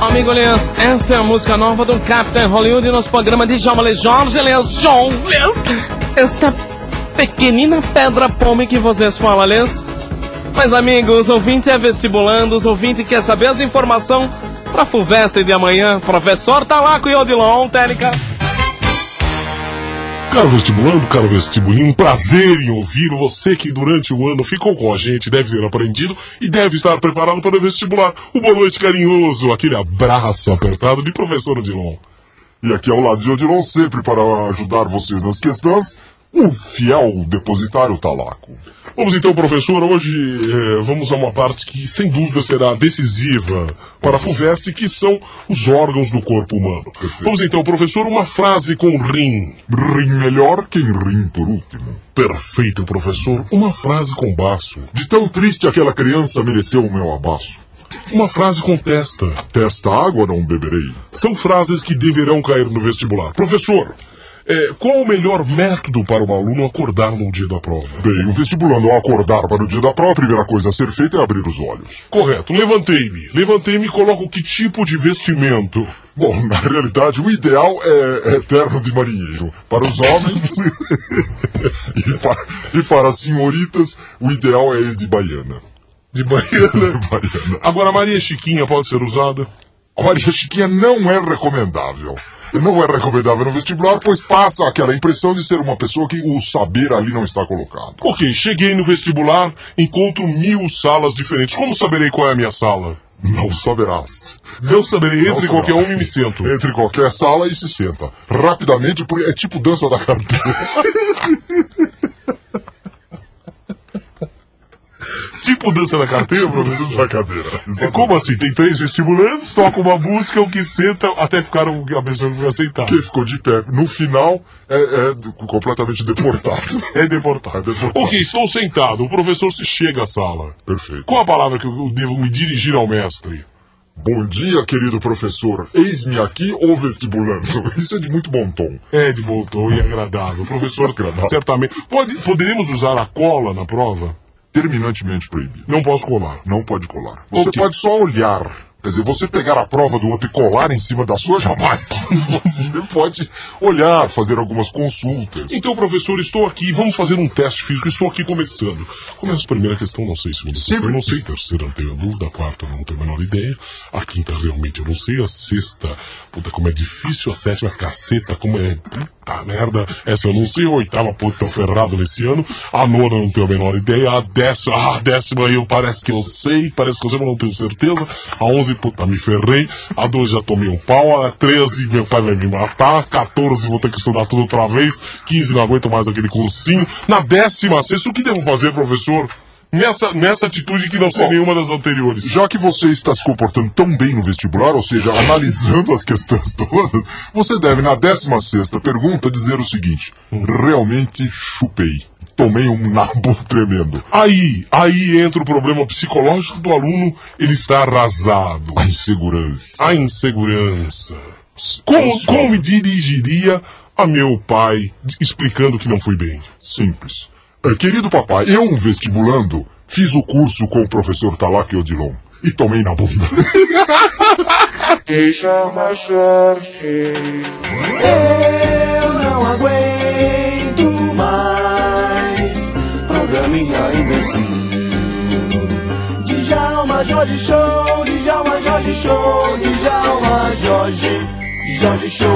Amigo Leans, esta é a música nova do Captain Hollywood e nosso programa de Jovem Jorge Leans. Jorge Leans. é Esta pequenina pedra pome que vocês falam, Leans. Mas, amigos, ouvinte é vestibulando, os ouvintes quer saber as informações pra FUVEST de amanhã. Professor Talaco e Odilon, Técnica. Caro vestibulando, caro vestibulinho, um prazer em ouvir você que durante o ano ficou com a gente, deve ter aprendido e deve estar preparado para vestibular. Um boa noite carinhoso, aquele abraço apertado de professor Odilon. E aqui ao lado de Odilon, sempre para ajudar vocês nas questões, o fiel depositário Talaco. Vamos então, professor, hoje eh, vamos a uma parte que sem dúvida será decisiva para a FUVEST, que são os órgãos do corpo humano. Perfeito. Vamos então, professor, uma frase com rim. Rim melhor quem rim por último. Perfeito, professor, uma frase com baço. De tão triste aquela criança mereceu o meu abaço. Uma frase com testa. Testa água não beberei. São frases que deverão cair no vestibular. Professor, eh, qual o melhor método para o aluno acordar no dia da prova? Bem, o vestibulando ao acordar para o dia da prova, a primeira coisa a ser feita é abrir os olhos. Correto, levantei-me. Levantei-me e coloco que tipo de vestimento? Bom, na realidade, o ideal é é terno de marinheiro. Para os homens e, para, e para as senhoritas, o ideal é de baiana. De baiana. Baiana. Agora, Maria Chiquinha pode ser usada? A Maria Chiquinha não é recomendável. Não é recomendável no vestibular, pois passa aquela impressão de ser uma pessoa que o saber ali não está colocado. Ok, cheguei no vestibular, encontro mil salas diferentes. Como saberei qual é a minha sala? Não saberás. Eu saberei entre Não qualquer saberás. um e me sento. Entre qualquer sala e se senta. Rapidamente, porque é tipo dança da carteira. Tipo dança na carteira, Tipo professor? dança da cadeira. É como assim? Tem três vestibulantes, toca uma música, o que senta, até ficar um, a pessoa fica sentada. Quem ficou de pé, no final, é, é completamente deportado. É deportado. É deportado. Ok, estou sentado. O professor se chega à sala. Perfeito. Qual a palavra que eu devo me dirigir ao mestre? Bom dia, querido professor. Eis-me aqui, ou vestibulando. Isso é de muito bom tom. É de bom tom e agradável. Professor, Agradável. certamente. Pode, poderíamos usar a cola na prova? é Terminantemente proibido. Não posso colar. não pode colar. Você Ok. pode só olhar. Quer dizer, você pegar a prova do outro e colar em cima da sua, jamais. Você pode olhar, fazer algumas consultas. Então, professor, estou aqui. Vamos fazer um teste físico. Estou aqui começando. Começa a primeira questão, não sei, segunda questão, Sempre. não sei, terceira, não tenho a dúvida, a quarta, não tenho a menor ideia, a quinta, realmente, eu não sei, a sexta, puta, como é difícil, a sétima, caceta, como é, puta merda, essa eu não sei, a oitava, puta, tô ferrado nesse ano, a nona, não tenho a menor ideia, a décima, ah, a décima, eu parece que eu sei, parece que eu sei, mas não tenho certeza, a onze, puta, me ferrei, a 12 já tomei um pau, a 13, meu pai vai me matar, 14, vou ter que estudar tudo outra vez, 15, não aguento mais aquele cursinho, na décima sexta, o que devo fazer, professor? Nessa, nessa atitude que não sei Bom, nenhuma das anteriores. Já que você está se comportando tão bem no vestibular, ou seja, analisando as questões todas, você deve, na 16 pergunta, dizer o seguinte: Realmente chupei. Tomei um nabo tremendo. Aí, aí entra o problema psicológico do aluno, ele está arrasado. A insegurança. A insegurança. Como, como me dirigiria a meu pai d- explicando que não fui bem? Simples. Eh, Querido papai, eu, um vestibulando, fiz o curso com o professor Talac e Odilon e tomei na bunda. Te chama Jorge. Eu não aguento mais. Programinha imbecil. Djalma Jorge Show, Djalma Jorge Show, Djalma Jorge, Jorge Show.